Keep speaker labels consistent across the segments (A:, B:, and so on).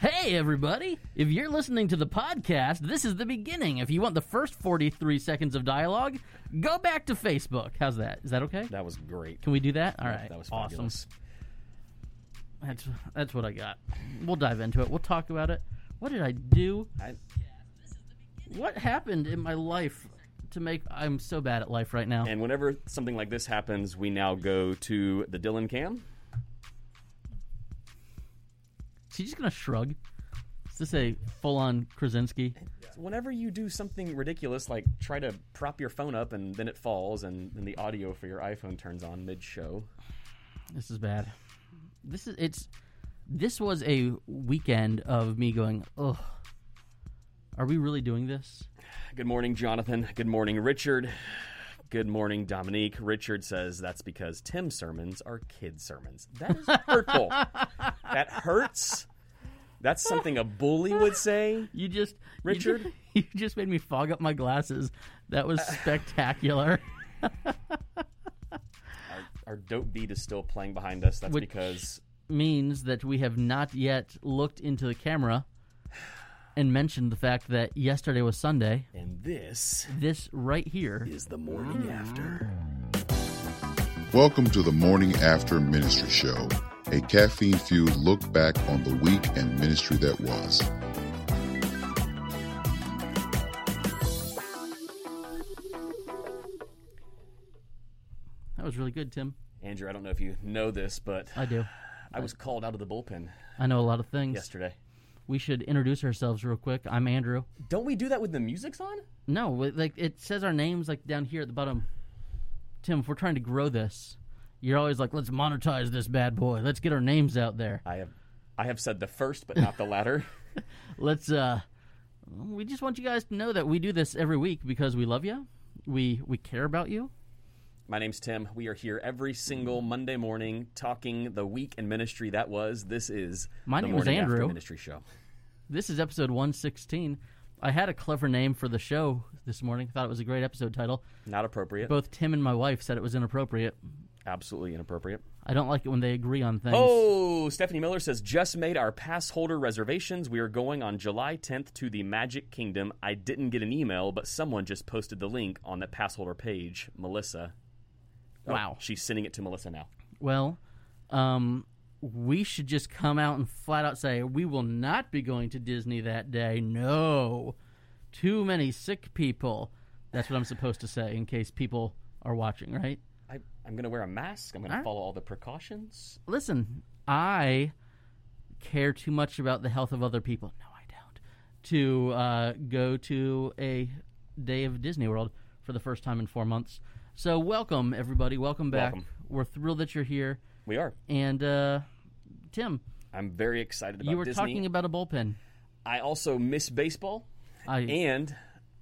A: Hey, everybody. If you're listening to the podcast, this is the beginning. If you want the first 43 seconds of dialogue, go back to Facebook. How's that? Is that okay?
B: That was great.
A: Can we do that? All right.
B: That was
A: awesome.
B: fabulous.
A: That's that's what I got. We'll dive into it. We'll talk about it. What did I do?
B: I,
A: What happened in my life to make I'm so bad at life right now?
B: and whenever something like this happens, we now go to the Dylan Cam.
A: Is he just gonna shrug? Is this a full-on Krasinski?
B: Whenever you do something ridiculous, like try to prop your phone up and then it falls, and then the audio for your iPhone turns on mid-show.
A: This is bad. This is it's. This was a weekend of me going. Ugh. Are we really doing this?
B: Good morning, Jonathan. Good morning, Richard. Good morning, Dominique. Richard says that's because Tim sermons are kid sermons. That is hurtful. that hurts. That's something a bully would say.
A: You just you ju-
B: Richard?
A: You just, made me fog up my glasses. That was spectacular.
B: Our dope beat is still playing behind us. That's
A: Which-
B: because
A: Means that we have not yet looked into the camera and mentioned the fact that yesterday was Sunday.
B: and this Hmm.
A: This right here.
B: is the morning after.
C: Welcome to the Morning After Ministry Show, a caffeine fueled look back on the week and ministry that was.
A: That was really good, Tim.
B: Andrew, I don't know if you know this, but
A: I do.
B: I was called out of the bullpen
A: I know a lot of things.
B: yesterday.
A: We should introduce ourselves real quick. I'm Andrew.
B: Don't we do that when the music's on?
A: No, wi- like it says our names like down here at the bottom. Tim, if we're trying to grow this, you're always like, let's monetize this bad boy. Let's get our names out there.
B: I have, I have said the first, but not the latter.
A: Let's uh we just want you guys to know that we do this every week because we love you. We we care about you.
B: My name's Tim. We are here every single Monday morning talking the week in ministry that was. This is
A: My
B: the
A: name is
B: Morning After
A: Andrew.
B: Ministry Show.
A: This is episode 116. I had a clever name for the show this morning. Thought it was a great episode title.
B: Not appropriate.
A: Both Tim and my wife said it was inappropriate.
B: Absolutely inappropriate.
A: I don't like it when they agree on things.
B: Oh, Stephanie Miller says just made our pass holder reservations. We are going on July 10th to the Magic Kingdom. I didn't get an email, but someone just posted the link on the pass holder page. Melissa. Oh,
A: Wow.
B: She's sending it to Melissa now.
A: Well, um, we should just come out and flat out say we will not be going to Disney that day. No, too many sick people. That's what I'm supposed to say in case people are watching, right?
B: I, I'm going to wear a mask. I'm going to
A: Alright.
B: follow all the precautions.
A: Listen, I care too much about the health of other people. No, I don't. To uh, go to a day of Disney World for the first time in four months. So, welcome everybody. Welcome back.
B: Welcome.
A: We're thrilled that you're here.
B: We are.
A: And uh, Tim,
B: I'm very excited about
A: you were
B: Disney.
A: talking about a bullpen.
B: I also miss baseball,
A: I
B: and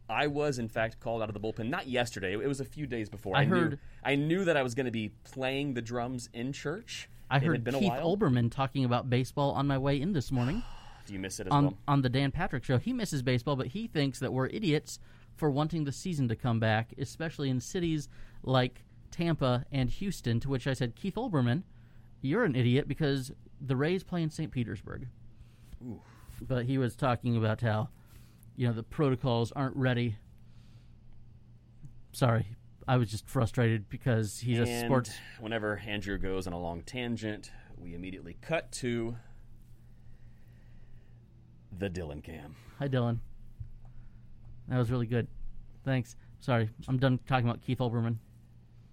B: I was in fact called out of the bullpen. Not yesterday; it was a few days before.
A: I
B: knew-
A: heard-
B: I knew that I was going to be playing the drums in church.
A: I
B: It
A: heard
B: had been
A: Keith
B: a while.
A: Olbermann talking about baseball on my way in this morning
B: Do you miss it as
A: on
B: well?
A: on the Dan Patrick show. He misses baseball, but he thinks that we're idiots for wanting the season to come back, especially in cities like Tampa and Houston. To which I said, Keith Olbermann, you're an idiot because the Rays play in St. Petersburg. But he was talking about how you know the protocols aren't ready. Sorry, I was just frustrated because he's a
B: And
A: sports
B: Whenever Andrew goes on a long tangent, we immediately cut to the Dylan Cam.
A: Hi, Dylan. That was really good. Thanks. Sorry, I'm done talking about Keith Olbermann.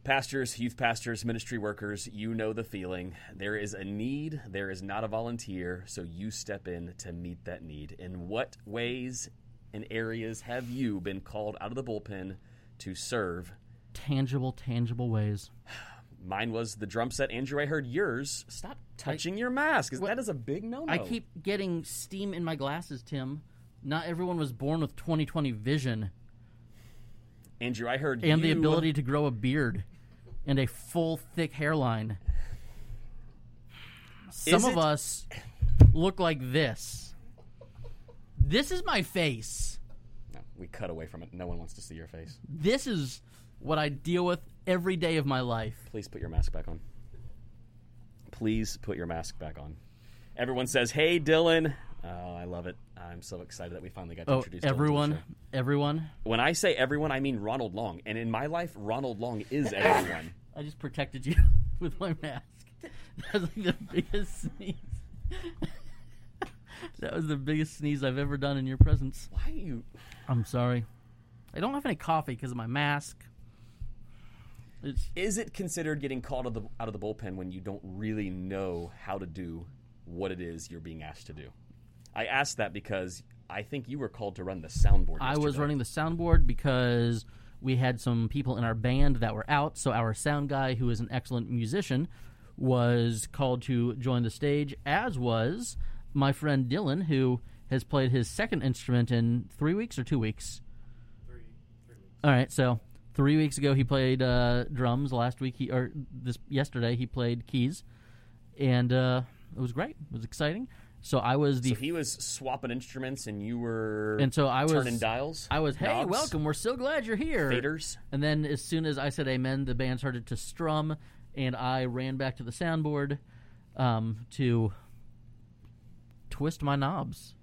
B: Pastors, youth pastors, ministry workers, you know the feeling. There is a need, there is not a volunteer, so you step in to meet that need. In what ways and areas have you been called out of the bullpen to serve?
A: Tangible, tangible ways.
B: Mine was the drum set. Andrew, I heard yours. Stop touching your mask. Is- That is a big no no.
A: I keep getting steam in my glasses, Tim. Not everyone was born with 20/20 vision
B: Andrew, I heard
A: and the
B: you-
A: ability to grow a beard and a full, thick hairline. Some
B: Is
A: of
B: it-
A: us look like this. This is my face.
B: No, we cut away from it. No one wants to see your face.
A: This is what I deal with every day of my life.
B: Please put your mask back on. Please put your mask back on. Everyone says, "Hey, Dylan." Oh, I love it. I'm so excited that we finally got to
A: Oh,
B: introduce Dylan to the
A: everyone,
B: show.
A: everyone.
B: When I say everyone, I mean Ronald Long, and in my life, Ronald Long is everyone.
A: I just protected you with my mask. That was like the biggest sneeze. that was the biggest sneeze I've ever done in your presence.
B: Why are you?
A: I'm sorry. I don't have any coffee because of my mask. It's
B: Is it considered getting called out of, the, out of the bullpen when you don't really know how to do what it is you're being asked to do? I asked that because I think you were called to run the soundboard.
A: I was
B: yesterday.
A: running the soundboard because we had some people in our band that were out, so our sound guy, who is an excellent musician, was called to join the stage, as was my friend Dylan, who has played his second instrument in three weeks or two weeks. All right, so three weeks ago he played uh, drums. Last week he or this yesterday he played keys, and uh, it was great. It was exciting. So I was the
B: So he was swapping instruments, and you were
A: And so I was-
B: turning dials.
A: I was, hey,
B: knobs,
A: welcome. We're so glad you're here.
B: faders.
A: And then as soon as I said amen, the band started to strum, and I ran back to the soundboard um, to twist my knobs.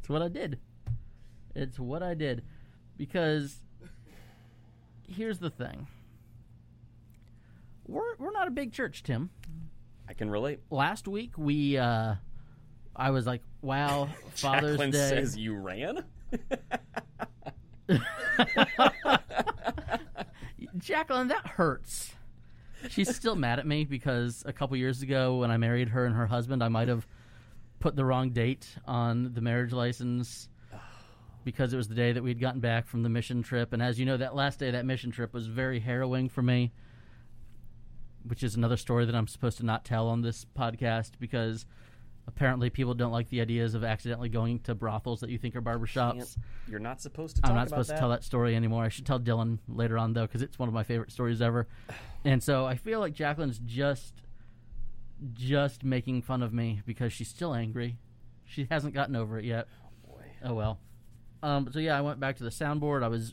A: it's what I did. It's what I did. Because here's the thing. We're, we're not a big church, Tim
B: I can relate.
A: last week we uh I was like, wow, Father's
B: Jacqueline
A: Day.
B: says you ran.
A: Jacqueline, that hurts. She's still mad at me because a couple years ago when I married her and her husband, I might have put the wrong date on the marriage license because it was the day that we'd gotten back from the mission trip. And as you know, that last day of that mission trip was very harrowing for me, which is another story that I'm supposed to not tell on this podcast because apparently people don't like the ideas of accidentally going to brothels that you think are barbershops.
B: You're not supposed to. Talk
A: I'm not
B: about
A: supposed
B: that.
A: to tell that story anymore. I should tell Dylan later on though, because it's one of my favorite stories ever. And so I feel like Jacqueline's just, just making fun of me because she's still angry. She hasn't gotten over it yet.
B: Boy.
A: Oh well. Um, so yeah, I went back to the soundboard. I was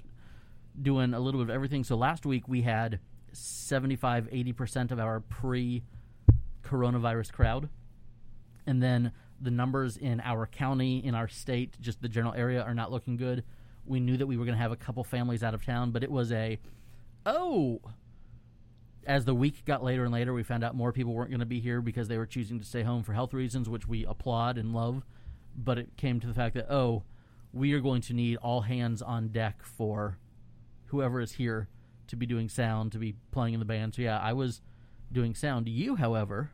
A: doing a little bit of everything. So last week we had 75, 80 percent of our pre-coronavirus crowd, and then the numbers in our county, in our state, just the general area, are not looking good. We knew that we were going to have a couple families out of town, but it was a oh. As the week got later and later, we found out more people weren't going to be here because they were choosing to stay home for health reasons, which we applaud and love but it came to the fact that oh, we are going to need all hands on deck for whoever is here to be doing sound, to be playing in the band. So yeah, I was doing sound. You, however,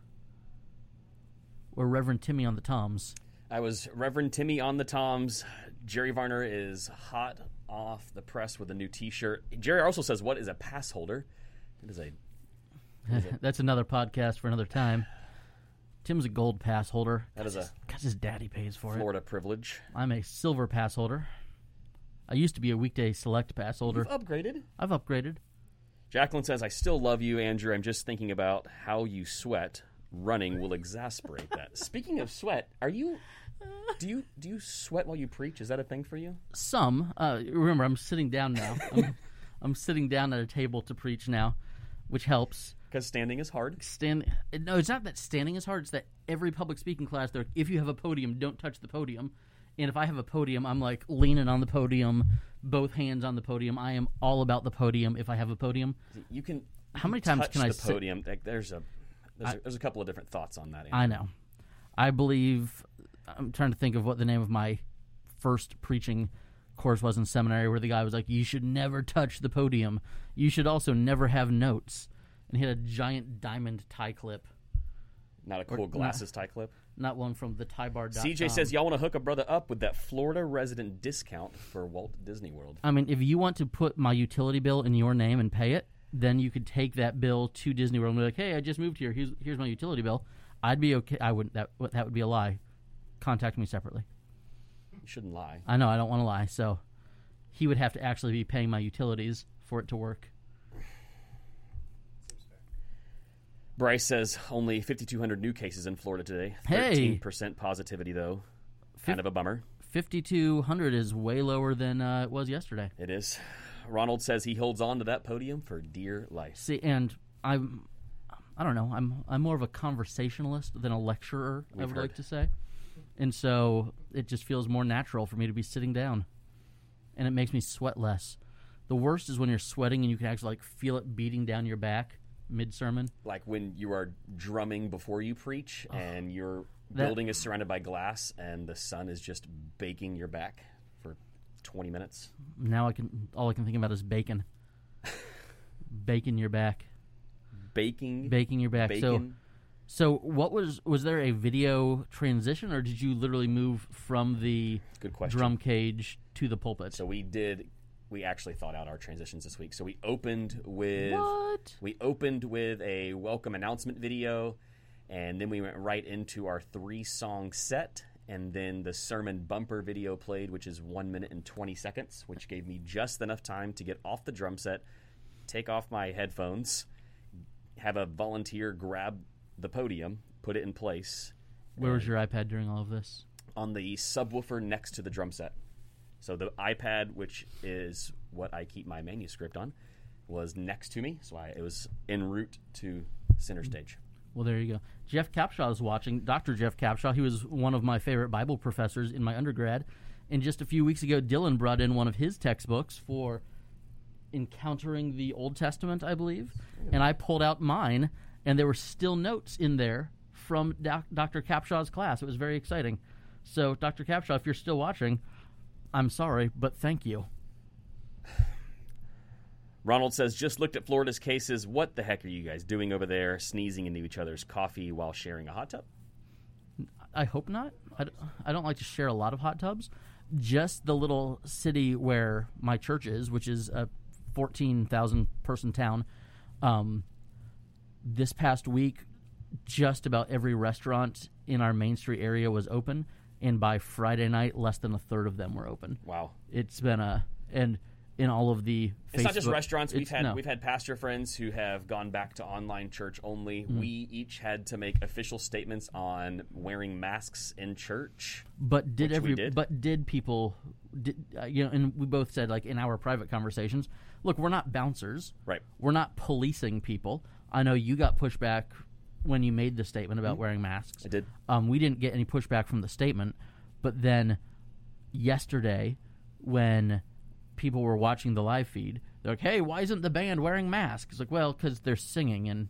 A: were Reverend Timmy on the toms.
B: I was Reverend Timmy on the toms. Jerry Varner is hot off the press with a new T-shirt. Jerry also says, "What is a pass holder?" It is a
A: That's another podcast for another time. Tim's a gold pass holder.
B: that is a
A: Cause his daddy pays for it.
B: Florida privilege.
A: I'm a silver pass holder. I used to be a weekday select pass holder.
B: Upgraded.
A: I've upgraded.
B: Jacqueline says, "I still love you, Andrew. I'm just thinking about how you sweat. Running will exasperate that." Speaking of sweat, are you? Do you do you sweat while you preach? Is that a thing for you?
A: some. Uh, remember, I'm sitting down now. I'm, I'm sitting down at a table to preach now, which helps.
B: Because standing is hard.
A: Stand. No, it's not that standing is hard. It's that every public speaking class, they're if you have a podium, don't touch the podium. And if I have a podium, I'm like leaning on the podium, both hands on the podium. I am all about the podium. If I have a podium,
B: You can.
A: How many times
B: touch
A: can I
B: the
A: sit-
B: podium? Like, there's a there's, a there's a couple of different thoughts on that. Andrew.
A: I know. I believe. I'm trying to think of what the name of my first preaching course was in seminary, where the guy was like, "You should never touch the podium. You should also never have notes." And he had a giant diamond tie clip,
B: Not a cool glasses tie clip.
A: not one from the tie bar.
B: CJ says, Y'all want to hook a brother up with that Florida resident discount for Walt Disney World.
A: "I mean, if you want to put my utility bill in your name and pay it, then you could take that bill to Disney World and be like, "Hey, I just moved here. Here's here's my utility bill." I'd be okay. I wouldn't. That that would be a lie. Contact me separately.
B: You shouldn't lie.
A: I know, I don't want to lie. So he would have to actually be paying my utilities for it to work.
B: Bryce says, Only 5,200 new cases in Florida today.
A: Hey.
B: 13% positivity, though. Kind of a bummer.
A: 5,200 is way lower than uh, it was yesterday.
B: It is. Ronald says he holds on to that podium for dear life.
A: See, and I'm, I don't know. I'm I'm more of a conversationalist than a lecturer. I
B: We've
A: would
B: heard.
A: like to say, and so it just feels more natural for me to be sitting down, and it makes me sweat less. The worst is when you're sweating and you can actually like feel it beating down your back mid sermon.
B: Like when you are drumming before you preach and your
A: That-
B: building is surrounded by glass and the sun is just baking your back for 20 minutes.
A: Now I can all I can think about is bacon, bacon your back,
B: Baking,
A: baking your back. So
B: bacon.
A: so what was was there a video transition or did you literally move from the
B: Good question.
A: drum cage to the pulpit?
B: So we did. We actually thought out our transitions this week. So we opened with
A: What?
B: we opened with a welcome announcement video, and then we went right into our three song set, and then the sermon bumper video played, which is one minute and twenty seconds, which gave me just enough time to get off the drum set, take off my headphones, have a volunteer grab the podium, put it in place
A: Where
B: uh,
A: was your iPad during all of this?
B: on the subwoofer next to the drum set. So the iPad, which is what I keep my manuscript on, was next to me, so I, it was en route to center stage.
A: Well, there you go. Jeff Capshaw is watching. Dr. Jeff Capshaw. He was one of my favorite Bible professors in my undergrad. And just a few weeks ago, Dylan brought in one of his textbooks for encountering the Old Testament, I believe. And I pulled out mine, and there were still notes in there from doc- Dr. Capshaw's class. It was very exciting. So, Dr. Capshaw, if you're still watching, I'm sorry, but thank you.
B: Ronald says, "Just looked at Florida's cases. What the heck are you guys doing over there, sneezing into each other's coffee while sharing a hot tub?"
A: I hope not. I, d- I don't like to share a lot of hot tubs. Just the little city where my church is, which is a 14,000 person town. Um, this past week, just about every restaurant in our Main Street area was open. And by Friday night, less than a third of them were open.
B: Wow,
A: It's been a. And in all of the.
B: it's not just
A: Facebook-
B: restaurants. We've
A: it's-
B: had
A: no.
B: we've had pastor friends who have gone back to online church only.
A: Hmm.
B: We each had to make official statements on wearing masks in church.
A: But did
B: Which we
A: every
B: did.
A: but did people did uh, you know and we both said like in our private conversations, look, we're not bouncers.
B: Right.
A: We're not policing people. I know you got pushback when you made the statement about
B: Mm-hmm.
A: wearing masks.
B: I did.
A: Um, we didn't get any pushback from the statement, but then yesterday when people were watching the live feed, they're like, "Hey, why isn't the band wearing masks?" It's like, "Well, because they're singing, and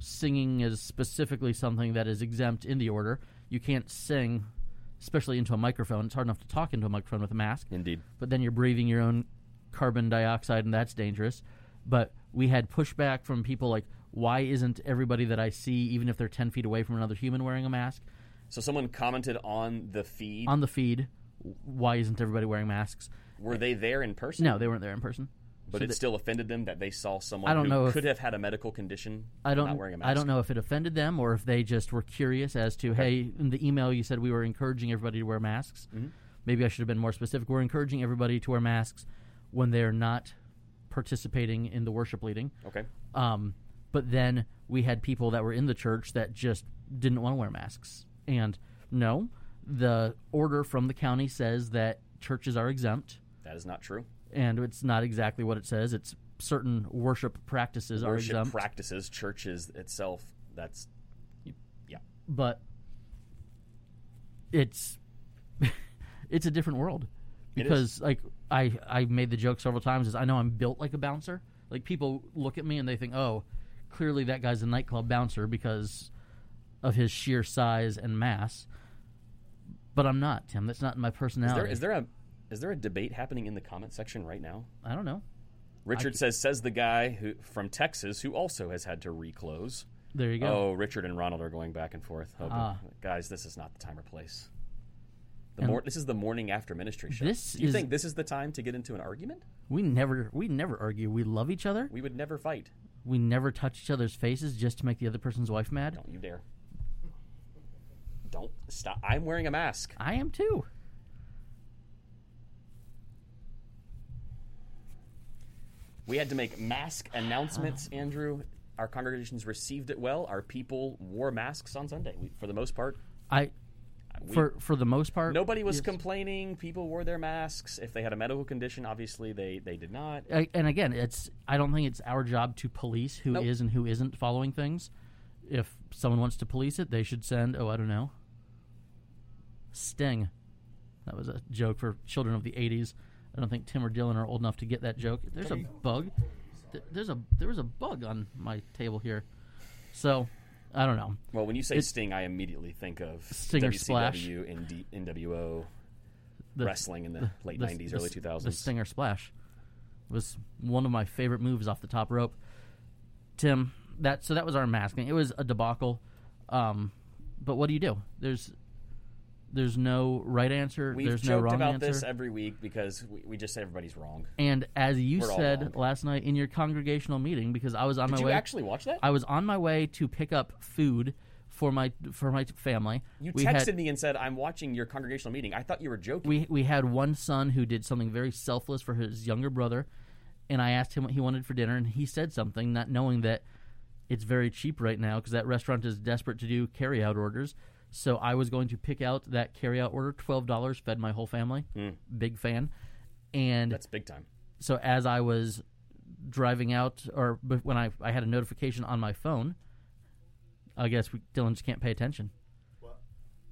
A: singing is specifically something that is exempt in the order. You can't sing, especially into a microphone. It's hard enough to talk into a microphone with a mask,
B: Indeed.
A: but then you're breathing your own carbon dioxide, and that's dangerous. But we had pushback from people like, "Why isn't everybody that I see, even if they're ten feet away from another human, wearing a mask?"
B: So someone commented on the feed.
A: On the feed, why isn't everybody wearing masks?
B: Were they there in person?
A: No, they weren't there in person.
B: but it still offended them that they saw someone
A: I don't
B: who
A: know if-
B: could have had a medical condition
A: I don't.
B: not wearing a mask.
A: I don't know if it offended them or if they just were curious as to, hey, in the email you said we were encouraging everybody to wear masks.
B: Mm-hmm.
A: Maybe I should have been more specific. We're encouraging everybody to wear masks when they're not participating in the worship leading.
B: Okay.
A: Um, but then we had people that were in the church that just didn't want to wear masks. And no, the order from the county says that churches are exempt,
B: That is not true.
A: and it's not exactly what it says. It's certain worship practices are
B: Worship
A: exempt.
B: practices, churches itself, that's yeah.
A: but it's it's a different world
B: It is.
A: because like I I made the joke several times is I know I'm built like a bouncer. Like people look at me and they think, "Oh, clearly that guy's a nightclub bouncer because of his sheer size and mass." But I'm not, Tim. That's not my
B: Is
A: personality.
B: there is there a is there a debate happening in the comment section right now?
A: I don't know.
B: Richard says says the guy who from Texas who also has had to reclose.
A: There you go.
B: Oh, Richard and Ronald are going back and forth. hoping-
A: Ah.
B: Guys, this is not the time or place. The
A: And-
B: mor- this is the morning after ministry show.
A: This
B: Do you
A: is-
B: think this is the time to get into an argument?
A: We never we never argue. We love each other.
B: We would never fight.
A: We never touch each other's faces just to make the other person's wife mad.
B: Don't you dare. Don't stop. I'm wearing a mask.
A: I am too.
B: We had to make mask announcements, Andrew. Our congregations received it well. Our people wore masks on Sunday. We, for the most part,
A: I
B: we,
A: for for the most part
B: nobody was
A: yes.
B: complaining. People wore their masks. If they had a medical condition, obviously they, they did not.
A: I, and again, it's I don't think it's our job to police who is
B: Nope.
A: and who isn't following things. If someone wants to police it, they should send, oh, I don't know, Sting. That was a joke for children of the 80s. I don't think Tim or Dylan are old enough to get that joke. There's a bug. Th- There's a there was a bug on my table here. So, I don't know.
B: Well, when you say Sting, I immediately think of
A: Sting or
B: WCW
A: Splash.
B: and D- NWO
A: The-
B: wrestling in the, late
A: the-
B: 90s,
A: the-
B: early
A: The
B: 2000s.
A: Stinger Splash was one of my favorite moves off the top rope. Tim, that so that was our masking. It was a debacle, um, but what do you do? There's there's no right answer.
B: We've
A: there's
B: joked
A: no wrong
B: about
A: answer.
B: this every week because we, we just say everybody's wrong.
A: and as you
B: We're all
A: said
B: wrong.
A: last night in your congregational meeting, because I was on
B: Did
A: my
B: you
A: way,
B: actually watch that?
A: I was on my way to pick up food for my for my family.
B: you
A: we
B: texted
A: had,
B: me and said, I'm watching your congregational meeting. I thought you were joking.
A: we we had one son who did something very selfless for his younger brother, and I asked him what he wanted for dinner, and he said something, not knowing that it's very cheap right now because that restaurant is desperate to do carryout orders. So I was going to pick out that carryout order, twelve dollars, fed my whole family, big fan, and
B: That's big time.
A: so as I was driving out, or b- when I, I had a notification on my phone, I guess we, Dylan just can't pay attention.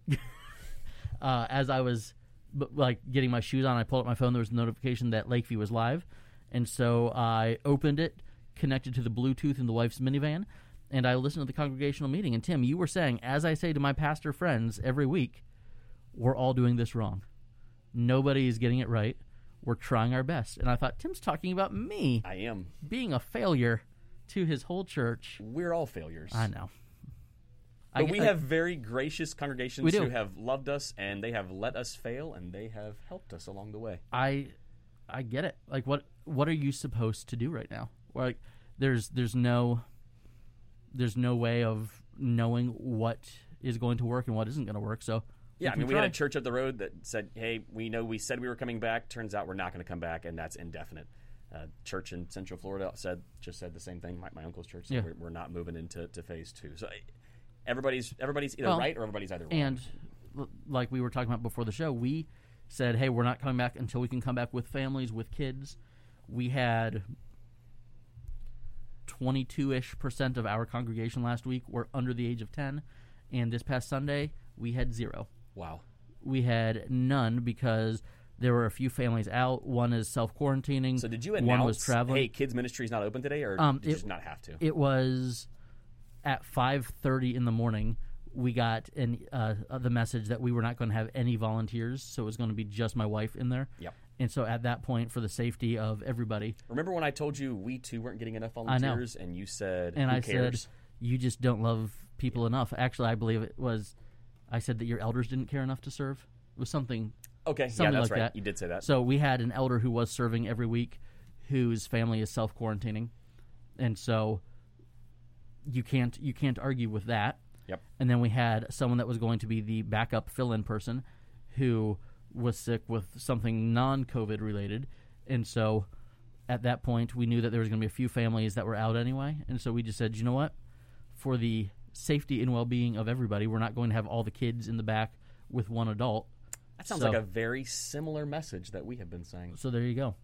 A: What? uh, as I was b- like getting my shoes on, I pulled up my phone. There was a notification that Lakeview was live, and so I opened it, connected to the Bluetooth in the wife's minivan, and I listened to the congregational meeting. And Tim, you were saying, as I say to my pastor friends every week, we're all doing this wrong. Nobody is getting it right. We're trying our best. And I thought, Tim's talking about me
B: I am.
A: being a failure to his whole church.
B: We're all failures.
A: I know.
B: But
A: I,
B: we
A: I-
B: have very gracious
A: We
B: congregations
A: do.
B: who have loved us and they have let us fail and they have helped us along the way.
A: I, I get it. Like, what what are you supposed to do right now? Like, there's there's no, there's no way of knowing what is going to work and what isn't going to work. So
B: Yeah, I
A: can
B: mean, we had a
A: try.
B: church up the road that said, "Hey, we know we said we were coming back. Turns out we're not going to come back, and that's indefinite." Uh, church in Central Florida said just said the same thing. My, my uncle's church said
A: Yeah.
B: we're, we're not moving into to phase two. So I- everybody's everybody's either
A: Well,
B: right or everybody's either wrong.
A: And l- like we were talking about before the show, we said, "Hey, we're not coming back until we can come back with families, with kids." We had twenty-two-ish percent of our congregation last week were under the age of ten, and this past Sunday we had zero.
B: wow,
A: We had none because there were a few families out. One is self quarantining.
B: so did you
A: one
B: announce?
A: was traveling?
B: Hey, kids ministry is not open today, or
A: Um,
B: did you
A: it-
B: just not have to?
A: It was at five thirty in the morning. We got an, uh, uh, the message that we were not going to have any volunteers, so it was going to be just my wife in there.
B: Yep.
A: And so at that point, for the safety of everybody,
B: Remember when I told you we too weren't getting enough
A: know.
B: volunteers, and you said,
A: and
B: "Who
A: I
B: cares?"
A: said, "You just don't love people enough." Actually, I believe it was, I said that your elders didn't care enough to serve. It was something
B: "Okay, yeah,
A: something
B: that's
A: like
B: right.
A: that.
B: You did say that."
A: So we had an elder who was serving every week, whose family is self quarantining, and so you can't you can't argue with that.
B: Yep.
A: And then we had someone that was going to be the backup fill in person, who was sick with something non COVID related, and so at that point we knew that there was going to be a few families that were out anyway, and so we just said, you know what, for the safety and well being of everybody, we're not going to have all the kids in the back with one adult.
B: that sounds
A: so-
B: like a very similar message that we have been saying.
A: So there you go.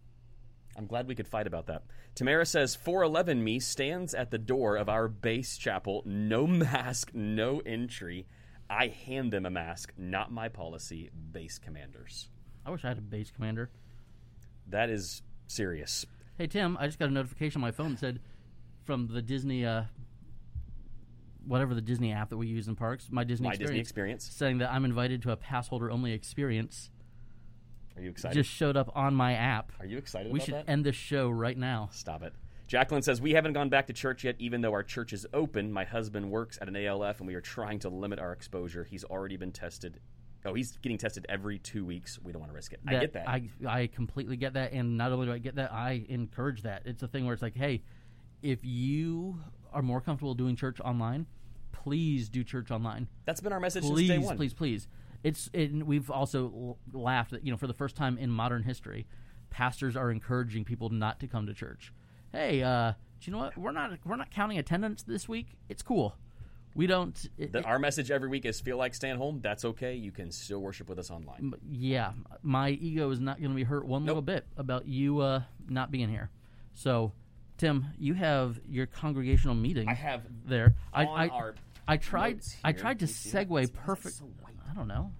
B: I'm glad we could fight about that. Tamara says 411 me stands at the door of our base chapel, no mask, no entry. I hand them a mask, not my policy, base commanders.
A: I wish I had a base commander.
B: That is serious.
A: Hey Tim, I just got a notification on my phone that said from the Disney, uh, whatever the Disney app that we use in parks, my Disney,
B: My
A: experience,
B: Disney experience.
A: saying that I'm invited to a pass holder only experience.
B: Are you excited?
A: Just showed up on my app.
B: Are you excited
A: We
B: about
A: should
B: that?
A: end this show right now.
B: Stop it. Jacqueline says, We haven't gone back to church yet, even though our church is open. My husband works at an ALF, and we are trying to limit our exposure. He's already been tested. Oh, he's getting tested every two weeks. We don't want to risk it. I get that.
A: I I completely get that, and not only do I get that, I encourage that. It's a thing where it's like, hey, if you are more comfortable doing church online, please do church online.
B: That's been our message since day
A: please,
B: one.
A: please, please. It's and we've also l- laughed that you know for the first time in modern history, pastors are encouraging people not to come to church. Hey, uh, do you know what? We're not we're not counting attendance this week. It's cool. We don't. it-
B: The, our message every week is feel like staying home. That's okay. You can still worship with us online.
A: it- yeah, my ego is not going to be hurt one little bit about you uh, not being here. So Tim, you have your congregational meeting.
B: I have
A: there. I
B: on
A: I,
B: our
A: I tried.
B: notes
A: I
B: here.
A: tried to
B: Let me see. Why is
A: segue
B: that
A: perfect.
B: so white?
A: I don't know.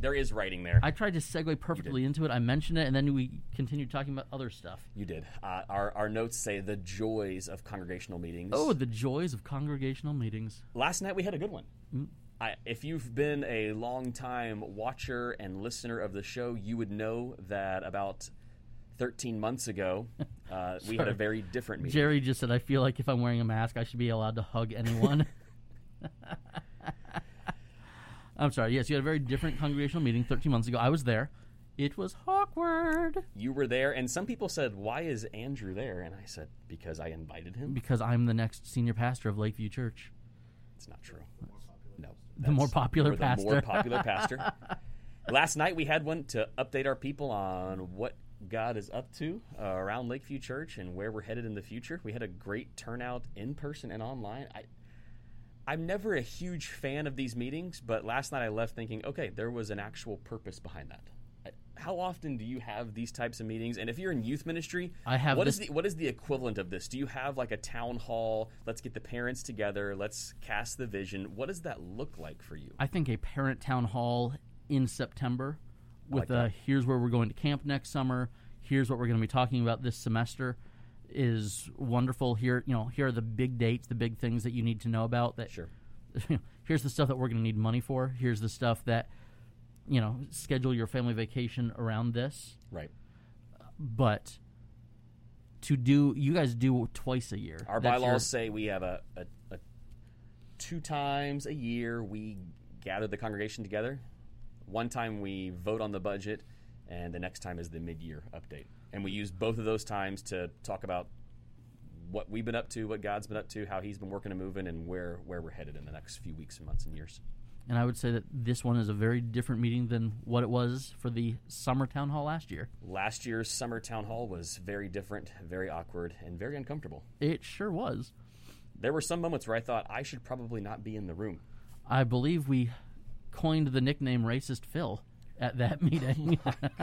B: There is writing there.
A: I tried to segue perfectly into it. I mentioned it, and then we continued talking about other stuff.
B: you did. Uh, our our notes say the joys of congregational meetings.
A: Oh, the joys of congregational meetings.
B: last night we had a good one.
A: Mm.
B: I, if you've been a long time watcher and listener of the show, you would know that about 13 months ago, uh, we had a very different meeting.
A: Jerry just said, "I feel like if I'm wearing a mask, I should be allowed to hug anyone." I'm sorry. Yes, you had a very different congregational meeting 13 months ago. I was there. It was awkward
B: You were there, and some people said, Why is Andrew there? And I said, Because I invited him.
A: because I'm the next senior pastor of Lakeview Church.
B: It's not true. No.
A: The more
B: that's-
A: popular
B: you were The more
A: pastor.
B: popular pastor. Last night we had one to update our people on what God is up to uh, around Lakeview Church and where we're headed in the future. We had a great turnout in person and online. I, I'm never a huge fan of these meetings, but last night I left thinking, okay, there was an actual purpose behind that. I- How often do you have these types of meetings? And if you're in youth ministry,
A: I have
B: what
A: this-
B: is the what is the equivalent of this? Do you have like a town hall? Let's get the parents together. Let's cast the vision. What does that look like for you?
A: I think a parent town hall in September with a here's where we're going to camp next summer, here's what we're going to be talking about this semester is wonderful. Here, you know, here are the big dates, the big things that you need to know about that
B: Sure.
A: here's the stuff that we're going to need money for. Here's the stuff that you know, schedule your family vacation around this,
B: Right.
A: but to do you guys do twice a year.
B: Our
A: That's your-
B: bylaws say we have a, a, a two times a year we gather the congregation together. One time we vote on the budget, and the next time is the mid-year update. And we use both of those times to talk about what we've been up to, what God's been up to, how He's been working and moving, and where where we're headed in the next few weeks and months and years.
A: and I would say that this one is a very different meeting than what it was for the summer town hall last year.
B: Last year's summer town hall was very different, very awkward, and very uncomfortable.
A: It sure was.
B: There were some moments where I thought I should probably not be in the room.
A: I believe we coined the nickname "Racist Phil" at that
B: Oh
A: meeting,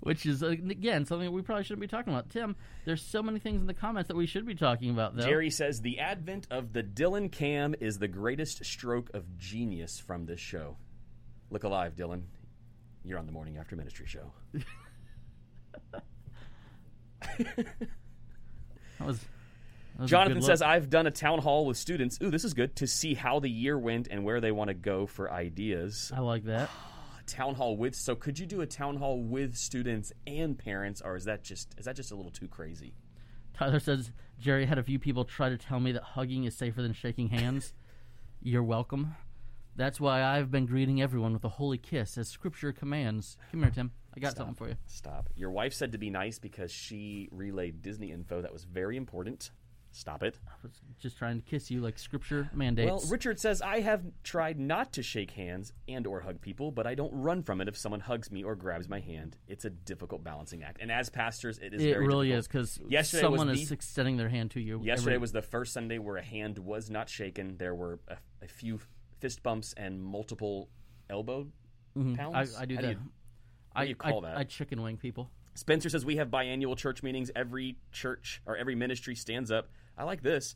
A: which is uh, again something we probably shouldn't be talking about. Tim, there's so many things in the comments that we should be talking about, though.
B: Jerry says the advent of the Dylan cam is the greatest stroke of genius from this show. Look alive, Dylan. You're on the morning after ministry show.
A: That was- that was a
B: Jonathan
A: good
B: says,
A: look.
B: I've done a town hall with students. Ooh, this is good to see how the year went and where they want to go for ideas.
A: I like that.
B: A town hall with so could you do a town hall with students and parents, or is that just is that just a little too crazy?
A: Tyler says Jerry had a few people try to tell me that hugging is safer than shaking hands. You're welcome. That's why I've been greeting everyone with a holy kiss, as Scripture commands. Come here, Tim. I got something for you.
B: Stop. Your wife said to be nice because she relayed Disney info that was very important. Stop it.
A: I was just trying to kiss you like Scripture mandates.
B: Well, Richard says I have tried not to shake hands and or hug people, but I don't run from it if someone hugs me or grabs my hand. It's a difficult balancing act, and as pastors, it is.
A: It
B: very
A: really
B: difficult.
A: is because
B: Yesterday
A: someone
B: was
A: is
B: the-
A: extending their hand to you.
B: Yesterday
A: every-
B: was the first Sunday where a hand was not shaken. There were a, a few fist bumps and multiple elbow pounds.
A: Mm-hmm. I, I do
B: How
A: that.
B: you-
A: I
B: do you call
A: I,
B: that?
A: I chicken wing people.
B: Spencer says we have biannual church meetings. Every church or every ministry stands up. I like this.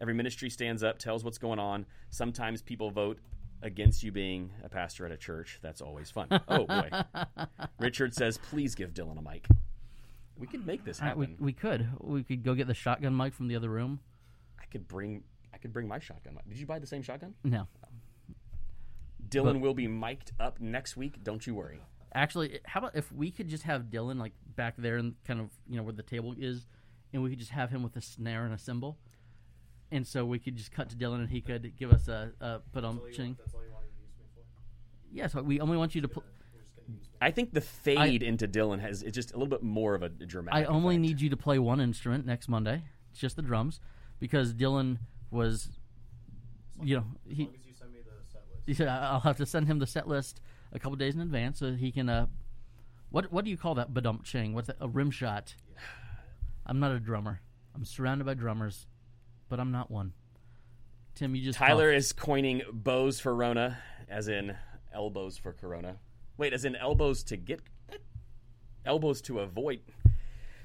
B: Every ministry stands up, tells what's going on. Sometimes people vote against you being a pastor at a church. That's always fun. Oh boy. Richard says, please give Dylan a mic. We could make this
A: Uh, we,
B: happen.
A: we could we could go get the shotgun mic from the other room.
B: I could bring I could bring my shotgun. mic. Did you buy the same shotgun?
A: No,
B: Dylan will be mic'd up next week. Don't you worry.
A: actually, how about if we could just have Dylan like back there and kind of you know where the table is, and we could just have him with a snare and a cymbal, and so we could just cut to Dylan and he could give us a, a put on ching.
D: That's all you want to use me for.
A: Yes, we only want you to. Pl-
D: You're just gonna use me.
B: I think the fade into Dylan has it's just a little bit more of a dramatic.
A: I only
B: effect.
A: need you to play one instrument next Monday. It's just the drums, because Dylan was, you know,
D: As
A: he
D: long as you send me the set list.
A: he said "I- I'll have to send him the set list a couple days in advance so that he can. Uh, what what do you call that badump ching? What's that? A rim shot. I'm not a drummer. I'm surrounded by drummers, but I'm not one. Tim, you just
B: Tyler
A: coughed.
B: is coining bows for Rona, as in elbows for Corona. Wait, as in elbows to get elbows to avoid.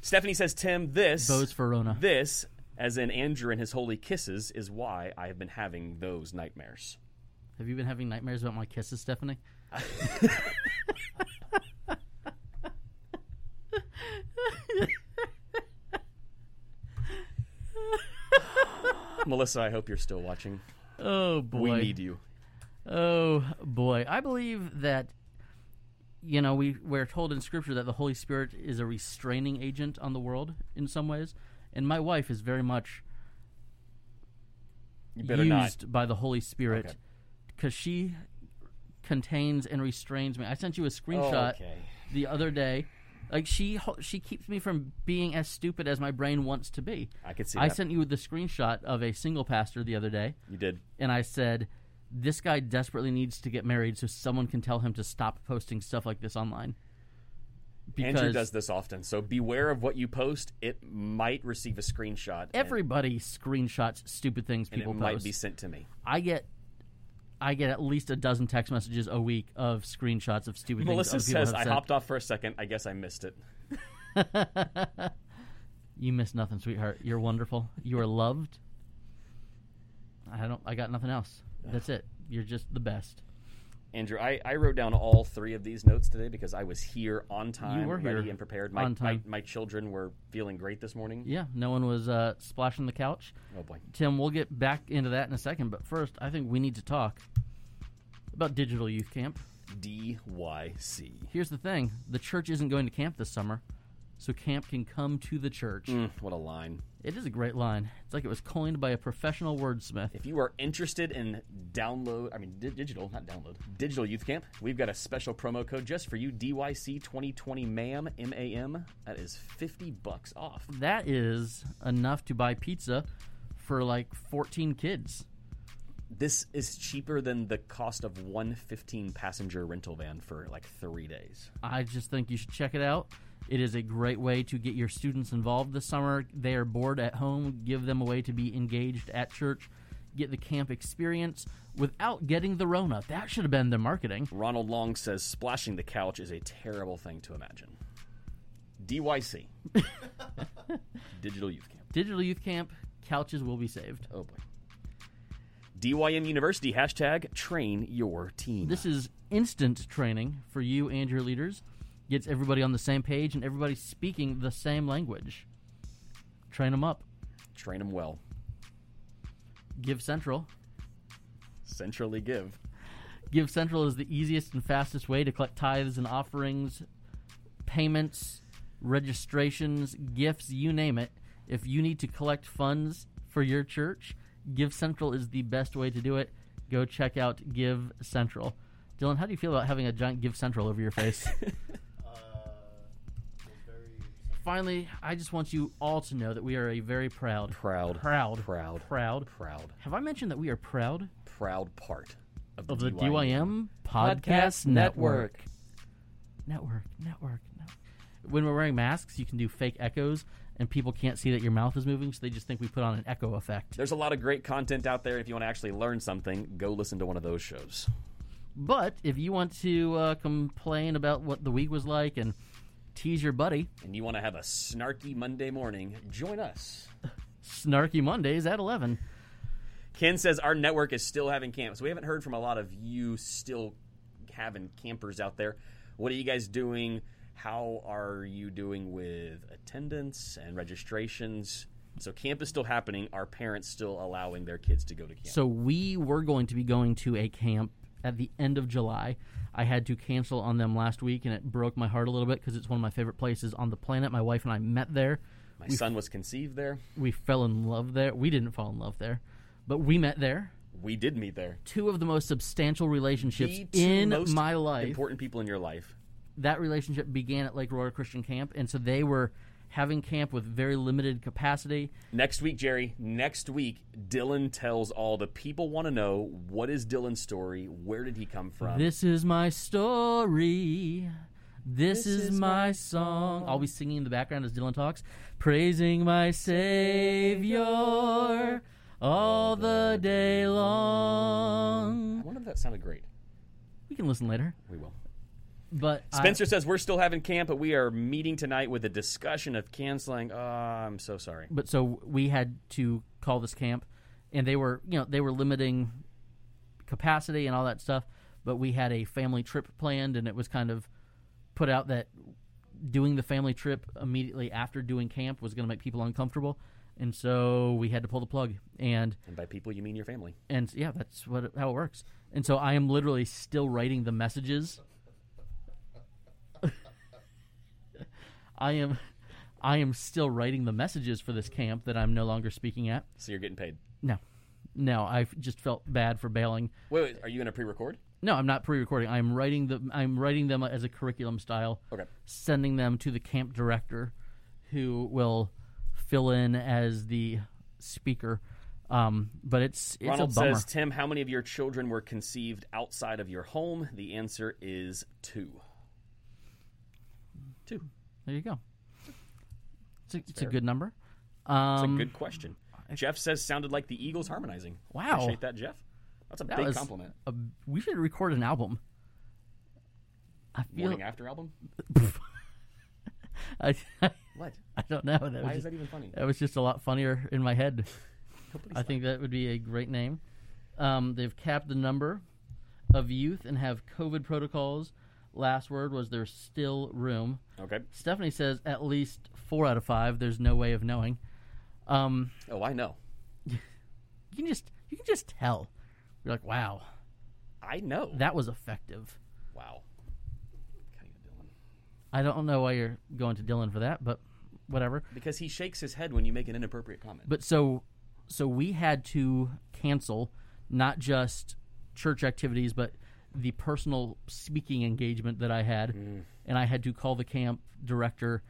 B: Stephanie says, Tim, this
A: Bows for Rona.
B: this, as in Andrew and his holy kisses, is why I have been having those nightmares.
A: Have you been having nightmares about my kisses, Stephanie?
B: Ah, Melissa, I hope you're still watching.
A: Oh boy.
B: We need you.
A: Oh boy, I believe that you know we we're told in Scripture that the Holy Spirit is a restraining agent on the world in some ways, and my wife is very much
B: You better
A: used
B: not.
A: by the Holy Spirit
B: Okay.
A: because she contains and restrains me. I sent you a screenshot
B: Oh, okay.
A: the other day. Like she ho- she keeps me from being as stupid as my brain wants to be.
B: I could see
A: I
B: that.
A: sent you the screenshot of a single pastor the other day
B: You did.
A: and I said, "This guy desperately needs to get married so someone can tell him to stop posting stuff like this online." Because
B: Andrew does this often, so beware of what you post. It might receive a screenshot. and-
A: everybody screenshots stupid things
B: and,
A: people
B: it
A: post.
B: might be sent to me.
A: I get. I get at least a dozen text messages a week of screenshots of stupid
B: Melissa
A: things. other people
B: says,
A: have
B: I
A: sent."
B: hopped off for a second. I guess I missed it.
A: You missed nothing, sweetheart. You're wonderful. You are loved. I don't. I got nothing else. That's it. You're just the best.
B: Andrew, I, I wrote down all three of these notes today because I was here on time,
A: were
B: ready
A: here
B: and prepared. My,
A: on time.
B: My, my children were feeling great this morning.
A: Yeah. No one was uh, splashing the couch.
B: Oh boy,
A: Tim, we'll get back into that in a second, but first, I think we need to talk about digital youth camp.
B: DYC.
A: Here's the thing the church isn't going to camp this summer, so camp can come to the church.
B: Mm, what a line!
A: It is a great line. It's like it was coined by a professional wordsmith.
B: If you are interested in download, I mean di- digital, not download, digital youth camp, we've got a special promo code just for you, DYC 2020 MAM M A M. That is fifty bucks off.
A: That is enough to buy pizza for like 14 kids.
B: This is cheaper than the cost of one 15 passenger rental van for like three days.
A: I just think you should check it out. It is a great way to get your students involved this summer. They are bored at home. Give them a way to be engaged at church. Get the camp experience without getting the Rona. That should have been their marketing.
B: Ronald Long says splashing the couch is a terrible thing to imagine. DYC, digital youth camp.
A: Digital Youth Camp, couches will be saved.
B: Oh boy. DYM University hashtag train your team.
A: This is instant training for you and your leaders. Gets everybody on the same page and everybody speaking the same language. Train them up.
B: train them well.
A: Give Central.
B: Centrally give.
A: Give Central is the easiest and fastest way to collect tithes and offerings, payments, registrations, gifts, you name it. If you need to collect funds for your church, Give Central is the best way to do it. Go check out Give Central. Dylan, how do you feel about having a giant Give Central over your face?
D: Uh, was very.
A: Finally, I just want you all to know that we are a very proud,
B: Proud.
A: proud,
B: Proud.
A: proud.
B: Proud.
A: Have I mentioned that we are proud
B: Proud part of the,
A: of the
B: DYM.
A: DYM Podcast Network? network, network, network. When we're wearing masks, you can do fake echoes, and people can't see that your mouth is moving, so they just think we put on an echo effect.
B: There's a lot of great content out there. If you want to actually learn something, go listen to one of those shows.
A: But if you want to uh, complain about what the week was like and tease your buddy,
B: And you want to have a snarky Monday morning, join us.
A: Snarky Mondays at 11.
B: Ken says our network is still having camps. We haven't heard from a lot of you still having campers out there. What are you guys doing? How are you doing with attendance and registrations? So camp is still happening. Are parents still allowing their kids to go to camp?
A: So we were going to be going to a camp at the end of July. I had to cancel on them last week, and it broke my heart a little bit because it's one of my favorite places on the planet. My wife and I met there.
B: My son was conceived there.
A: We fell in love there. We didn't fall in love there, but we met there.
B: We did meet there.
A: two of the most substantial relationships
B: The two
A: in
B: most
A: my life.
B: important people in your life.
A: That relationship began at Lake Aurora Christian Camp, and so they were having camp with very limited capacity.
B: Next week, Jerry. Next week, Dylan tells all the people want to know what is Dylan's story. Where did he come from?
A: This is my story. This, is, my song. I'll be singing in the background as Dylan talks, praising my Savior all the day
B: I
A: long.
B: wonder if that sounded great.
A: We can listen later.
B: We will.
A: But I-
B: Spencer says we're still having camp, but we are meeting tonight with a discussion of canceling. Oh, I'm so sorry.
A: but so we had to call this camp and they were you know they were limiting capacity and all that stuff but we had a family trip planned and it was kind of put out that doing the family trip immediately after doing camp was going to make people uncomfortable and so we had to pull the plug and
B: And by people, you mean your family.
A: and yeah that's what it- how it works and so i am literally still writing the messages i am i am still writing the messages for this camp that i'm no longer speaking at
B: So you're getting paid.
A: no no i just felt bad for bailing
B: Wait, wait are you going to pre-record?
A: no i'm not pre-recording i'm writing the i'm writing them as a curriculum style
B: Okay.
A: sending them to the camp director who will fill in as the speaker um, but it's it's
B: Ronald
A: a bummer
B: says, Tim, how many of your children were conceived outside of your home? The answer is two. Two.
A: There you go. It's a, it's a good number. Um,
B: That's a good question. Jeff says sounded like the Eagles harmonizing.
A: Wow.
B: Appreciate that, Jeff. That's a
A: that
B: big
A: was
B: compliment.
A: a- we should record an album. I feel.
B: Morning after album?
A: I, I
B: What?
A: don't know. That was,
B: Why is
A: just,
B: that even funny?
A: that was just a lot funnier in my head. I think that would be a great name. Um, they've capped the number of youth and have COVID protocols. Last word was there's still room.
B: Okay.
A: Stephanie says at least four out of five. There's no way of knowing. Um,
B: Oh, I know.
A: you can just you can just tell. You're like, wow,
B: I know.
A: that was effective.
B: wow. Cutting to Dylan.
A: I don't know why you're going to Dylan for that, but whatever.
B: Because he shakes his head when you make an inappropriate comment.
A: But so so we had to cancel not just church activities but the personal speaking engagement that I had
B: Mm.
A: and I had to call the camp director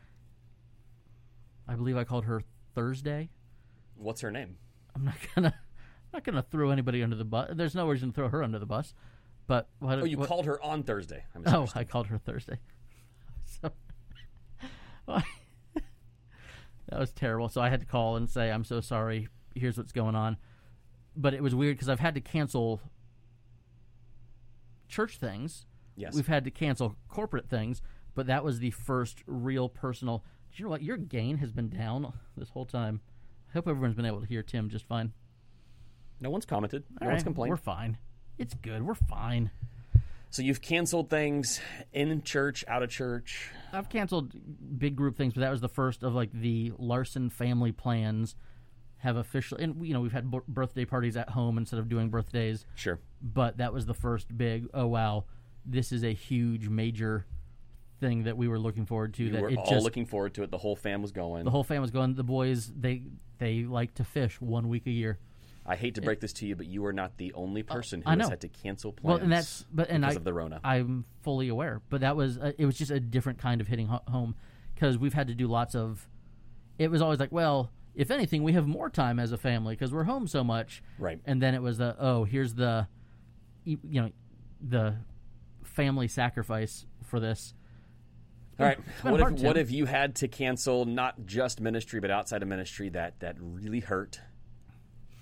A: I believe I called her Thursday.
B: What's her name?
A: I'm not going to I'm not going to throw anybody under the bus. There's no reason to throw her under the bus. But what
B: Oh, you
A: what,
B: called her on Thursday. I'm
A: Oh,
B: sorry.
A: I called her Thursday. So, that was terrible. So I had to call and say, "I'm so sorry. Here's what's going on." But it was weird because I've had to cancel church things.
B: Yes.
A: We've had to cancel corporate things, but that was the first real personal. Do you know what? Your gain has been down this whole time. I hope everyone's been able to hear Tim just fine.
B: No one's commented. No
A: All
B: one's
A: right,
B: complained.
A: We're fine. It's good. We're fine.
B: So you've canceled things in church, out of church.
A: I've canceled big group things, but that was the first of like the Larson family plans have officially. And you know, we've had b- birthday parties at home instead of doing birthdays,
B: Sure.
A: but that was the first big. Oh wow, this is a huge major thing that we were looking forward to.
B: We
A: that
B: were
A: it
B: all
A: just
B: looking forward to it. The whole fam was going.
A: the whole family's going. The boys they they like to fish one week a year.
B: I hate to break this to you, but you are not the only person
A: Oh, I
B: who has
A: know.
B: had to cancel plans
A: Well, and that's but and
B: because
A: I
B: of the Rona.
A: I'm fully aware, but that was uh, it was just a different kind of hitting ho- home because we've had to do lots of. It was always like, well, if anything, we have more time as a family because we're home so much.
B: Right.
A: And then it was the oh, here's the, you you know, the family sacrifice for this.
B: all right.
A: been
B: What if,
A: hard, Tim.
B: what if you had to cancel not just ministry, but outside of ministry that, that really hurt?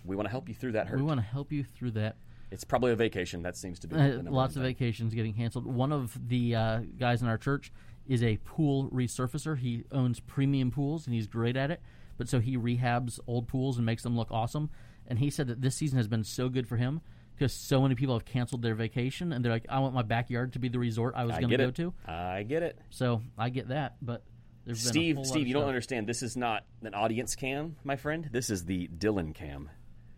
B: We want to help you through that hurt.
A: We want to help you through that.
B: it's probably a vacation. That seems to be the
A: Uh,
B: number
A: lots of
B: one thing.
A: vacations getting canceled. One of the uh, guys in our church is a pool resurfacer. He owns premium pools and he's great at it. But so he rehabs old pools and makes them look awesome. And he said that this season has been so good for him because so many people have canceled their vacation and they're like, I want my backyard to be the resort I was
B: I
A: going to
B: get
A: go
B: it.
A: to.
B: I get it.
A: So I get that, but there's been a
B: Steve,
A: whole lot
B: Steve,
A: of
B: you don't
A: stuff.
B: understand. This is not an audience cam, my friend. This is the Dylan cam.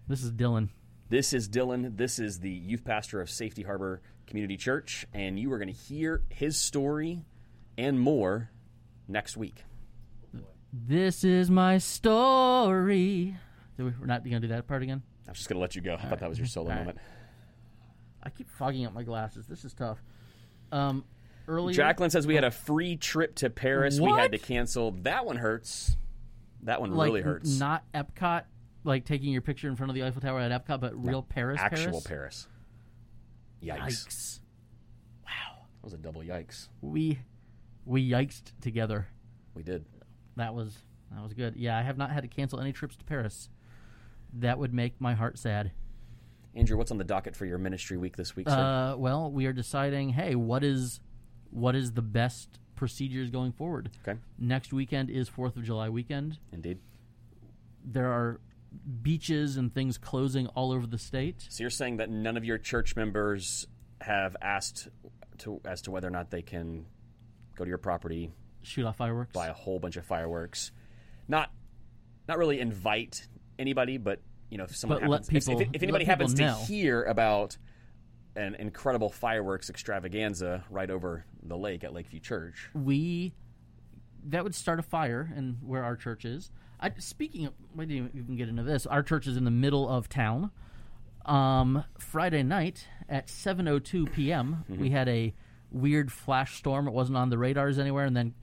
A: This is Dylan.
B: This is Dylan. This is the youth pastor of Safety Harbor Community Church, and you are going to hear his story and more next week.
A: This is my story. Do we- We're not going to do that part again.
B: I'm just going to let you go. I thought that was your solo
A: All right.
B: moment.
A: I keep fogging up my glasses. This is tough. Um, earlier,
B: Jacqueline says we had a free trip to Paris. We
A: Oh. What?
B: had to cancel. That one hurts. That one
A: like
B: really hurts.
A: not Epcot, like taking your picture in front of the Eiffel Tower at Epcot, but real Paris,
B: Actual
A: Paris.
B: Paris. Yikes. That
A: Yikes!
B: was a double yikes.
A: We we yiked together.
B: We did.
A: That was that was good. Yeah, I have not had to cancel any trips to Paris. That would make my heart sad.
B: Andrew, what's on the docket for your ministry week this week, sir?
A: Uh, well, we are deciding. Hey, what is what is the best procedures going forward.
B: Okay.
A: Next weekend is 4th of July weekend.
B: Indeed.
A: There are beaches and things closing all over the state.
B: So you're saying that none of your church members have asked to as to whether or not they can go to your property,
A: Shoot off fireworks.
B: buy a whole bunch of fireworks, not not really invite anybody, but you know if someone
A: But let
B: happens, if-
A: people-
B: if, if anybody
A: let people
B: happens
A: know.
B: to hear about an incredible fireworks extravaganza right over the lake at Lakeview Church,
A: we that would start a fire and where our church is. I, speaking of, we didn't even get into this. Our church is in the middle of town. Um, Friday night at 7:02 p.m., we had a weird flash storm. It wasn't on the radars anywhere, and then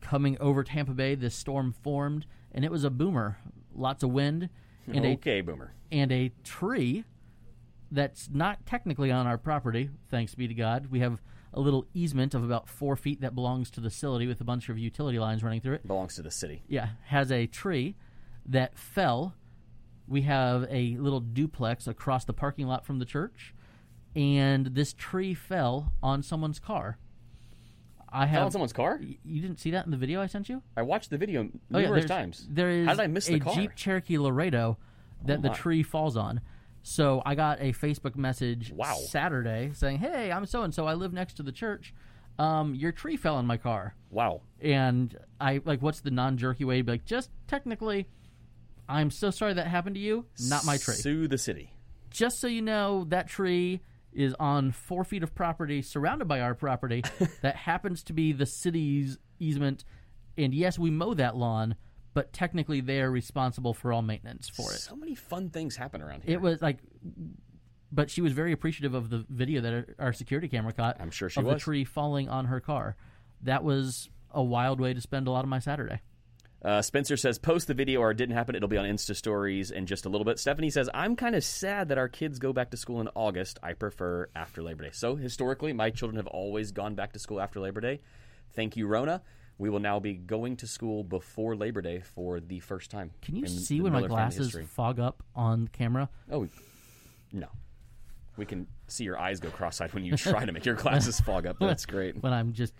A: coming over Tampa Bay, this storm formed, and it was a boomer. Lots of wind and a
B: okay, boomer.
A: and a tree that's not technically on our property, thanks be to God. We have a little easement of about four feet that belongs to the facility with a bunch of utility lines running through it.
B: belongs to the city.
A: Yeah, has a tree that fell. We have a little duplex across the parking lot from the church, and this tree fell on someone's car. I
B: Fell
A: have
B: on someone's car.
A: y- You didn't see that in the video I sent you?
B: I watched the video
A: Oh, yeah,
B: numerous
A: there's-
B: times.
A: There is
B: How did I miss
A: a
B: the car?
A: Jeep Cherokee Laredo that
B: Oh
A: the
B: my.
A: tree falls on. So I got a Facebook message
B: Wow.
A: Saturday saying, "Hey, I'm so and so. I live next to the church. Um, your tree fell on my car."
B: Wow.
A: And I like, what's the non-jerky way? to be Like, just technically, I'm so sorry that happened to you. Not my tree.
B: Sue the city.
A: just so you know, that tree is on four feet of property surrounded by our property that happens to be the city's easement. And yes, we mow that lawn, but technically they are responsible for all maintenance for it.
B: So many fun things happen around here.
A: It was like, but she was very appreciative of the video that our- our security camera caught.
B: I'm sure she
A: of the
B: was.
A: tree falling on her car. That was a wild way to spend a lot of my Saturday.
B: Uh, Spencer says, post the video or it didn't happen. It'll be on Insta stories in just a little bit. Stephanie says, I'm kind of sad that our kids go back to school in August. I prefer after Labor Day. So historically, my children have always gone back to school after Labor Day. Thank you, Rona. We will now be going to school before Labor Day for the first time.
A: Can you
B: in
A: see
B: the
A: when my
B: Miller family
A: glasses
B: history.
A: fog up on camera?
B: Oh, no. We can see your eyes go cross-eyed when you try to make your glasses fog up. That's great.
A: when I'm just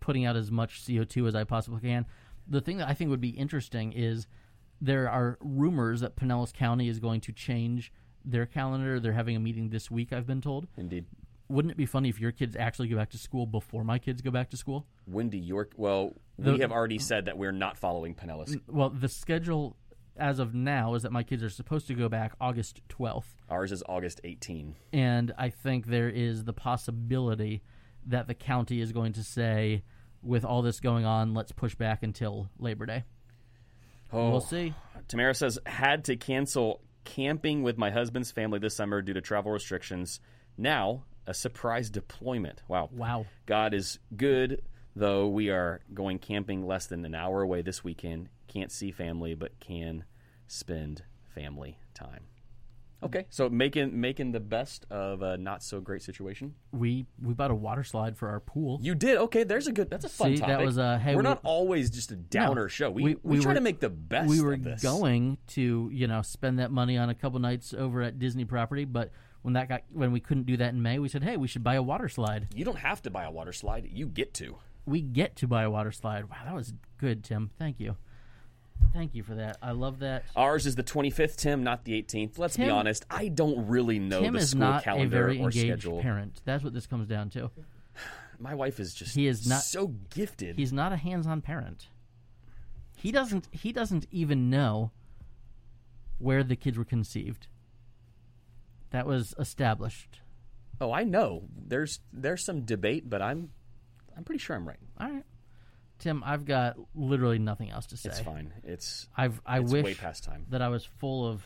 A: putting out as much CO2 as I possibly can. The thing that I think would be interesting is there are rumors that Pinellas County is going to change their calendar. They're having a meeting this week, I've been told.
B: Indeed.
A: Wouldn't it be funny if your kids actually go back to school before my kids go back to school?
B: When do York? Well, we
A: The-
B: have already said that we're not following Pinellas.
A: Well, the schedule as of now is that my kids are supposed to go back August 12th.
B: Ours is August 18.
A: and I think there is the possibility that the county is going to say, with all this going on, let's push back until Labor Day.
B: Oh,
A: We'll see.
B: Tamara says had to cancel camping with my husband's family this summer due to travel restrictions. Now a surprise deployment. Wow.
A: Wow.
B: God is good, though we are going camping less than an hour away this weekend. Can't see family, but can spend family time. Okay, so making making the best of a not so great situation.
A: We we bought a water slide for our pool.
B: You did okay. There's a good. That's a fun
A: See, that
B: topic.
A: was a, hey,
B: we're
A: we-
B: not always just a downer show. We, we,
A: we- we
B: try
A: were-
B: to make the best.
A: we were
B: of this.
A: going to you know spend that money on a couple nights over at Disney property, but when that got when we couldn't do that in May, we said, hey, we should buy a water slide.
B: You don't have to buy a water slide. You get to.
A: We get to buy a water slide. Wow, that was good, Tim. Thank you. Thank you for that. I love that.
B: Ours is the 25th, Tim, not the 18th. Let's be
A: Tim-
B: honest. I don't really know
A: Tim
B: the
A: is
B: school
A: not a
B: calendar
A: very
B: or
A: engaged
B: schedule.
A: parent. That's what this comes down to.
B: My wife is just
A: He is not-
B: so gifted.
A: He's not a hands-on parent. He doesn't. He doesn't even know where the kids were conceived. That was established.
B: Oh, I know. There's there's some debate, but I'm I'm pretty sure I'm right.
A: All right, Tim. I've got literally nothing else to say.
B: It's fine. It's
A: I've. I
B: it's
A: wish
B: way past time.
A: that I was full of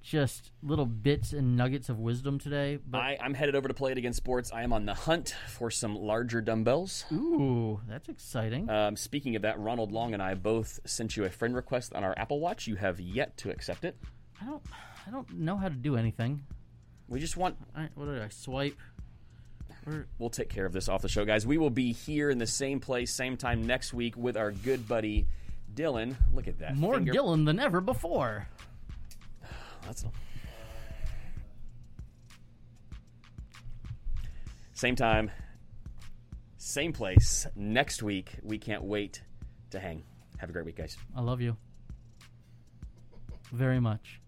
A: just little bits and nuggets of wisdom today. But
B: I, I'm headed over to play it against sports. I am on the hunt for some larger dumbbells.
A: ooh, that's exciting.
B: Um, speaking of that, Ronald Long and I both sent you a friend request on our Apple Watch. You have yet to accept it.
A: I don't. I don't know how to do anything.
B: We just want
A: I, what did I swipe? Where,
B: we'll take care of this off the show, guys. We will be here in the same place, same time next week with our good buddy Dylan. Look at that.
A: more
B: finger-
A: Dylan than ever before.
B: That's not- Same time, same place next week. We can't wait to hang. Have a great week, guys.
A: I love you very much.